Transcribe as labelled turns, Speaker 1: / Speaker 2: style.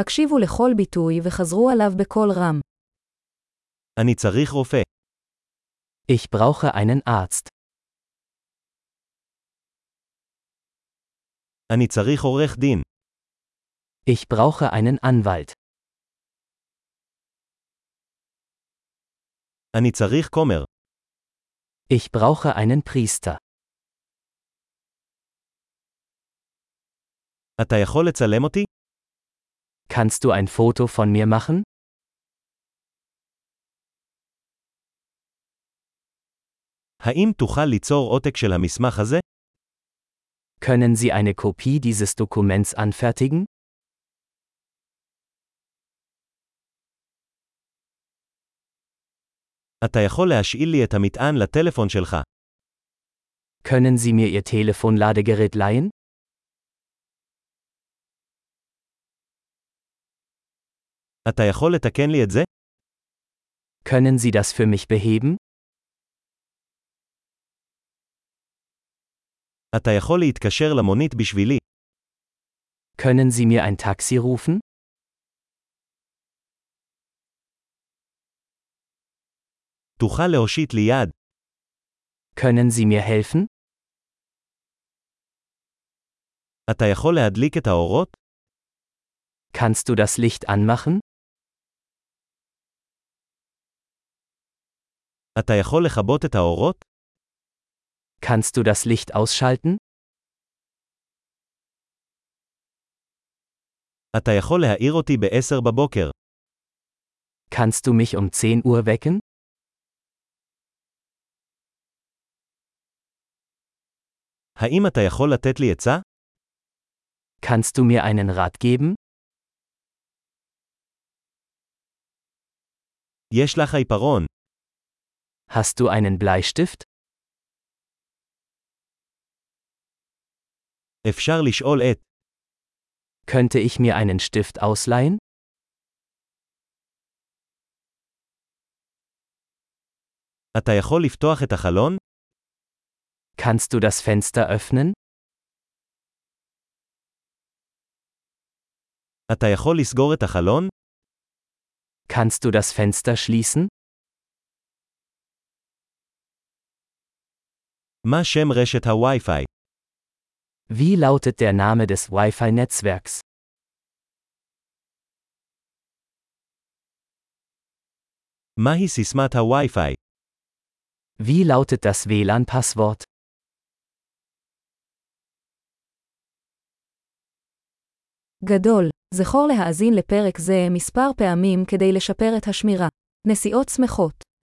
Speaker 1: הקשיבו לכל ביטוי וחזרו עליו בקול רם.
Speaker 2: אני צריך רופא.
Speaker 3: Ich brauche einen Arzt.
Speaker 2: אני צריך עורך דין.
Speaker 3: Ich brauche einen Anwalt.
Speaker 2: אני צריך כומר.
Speaker 3: Ich brauche einen Priester.
Speaker 2: אתה יכול לצלם אותי?
Speaker 3: Kannst du ein Foto von mir machen?
Speaker 2: האם תוכל ליצור עותק של המסמך הזה?
Speaker 3: Können Sie eine Kopie dieses Dokuments anfertigen?
Speaker 2: אתה יכול להשאיל לי את המטען לטלפון שלך.
Speaker 3: Können Sie mir Ihr Telefonladegerät leihen?
Speaker 2: אתה יכול לתקן לי את זה?
Speaker 3: Können Sie das für mich beheben?
Speaker 2: אתה יכול להתקשר למונית בשבילי.
Speaker 3: Können Sie mir ein Taxi rufen?
Speaker 2: תוכל להושיט לי יד.
Speaker 3: Können Sie mir helfen?
Speaker 2: אתה יכול להדליק את האורות?
Speaker 3: Kannst du das Licht anmachen?
Speaker 2: אתה יכול לכבות את האורות?
Speaker 3: Kannst du das Licht ausschalten?
Speaker 2: אתה יכול להעיר אותי ב-10 בבוקר.
Speaker 3: Kannst du mich um 10 Uhr wecken?
Speaker 2: האם אתה יכול לתת לי עצה?
Speaker 3: Kannst du mir einen Rat geben?
Speaker 2: יש לך עיפרון.
Speaker 3: Hast du einen Bleistift?
Speaker 2: אפשר לשאול את.
Speaker 3: Könnte ich mir einen Stift ausleihen?
Speaker 2: אתה יכול לפתוח את החלון?
Speaker 3: Kannst du das Fenster öffnen?
Speaker 2: אתה יכול לסגור את החלון?
Speaker 3: Kannst du das Fenster schließen?
Speaker 2: מה שם רשת הווי-פיי?
Speaker 3: Wie lautet der Name des Wi-Fi-Netzwerks?
Speaker 2: מהי סיסמת הווי-פיי?
Speaker 3: Wie lautet das WLAN-Passwort?
Speaker 1: גדול, זכור להאזין לפרק זה מספר פעמים כדי לשפר את השמירה. נסיעות שמחות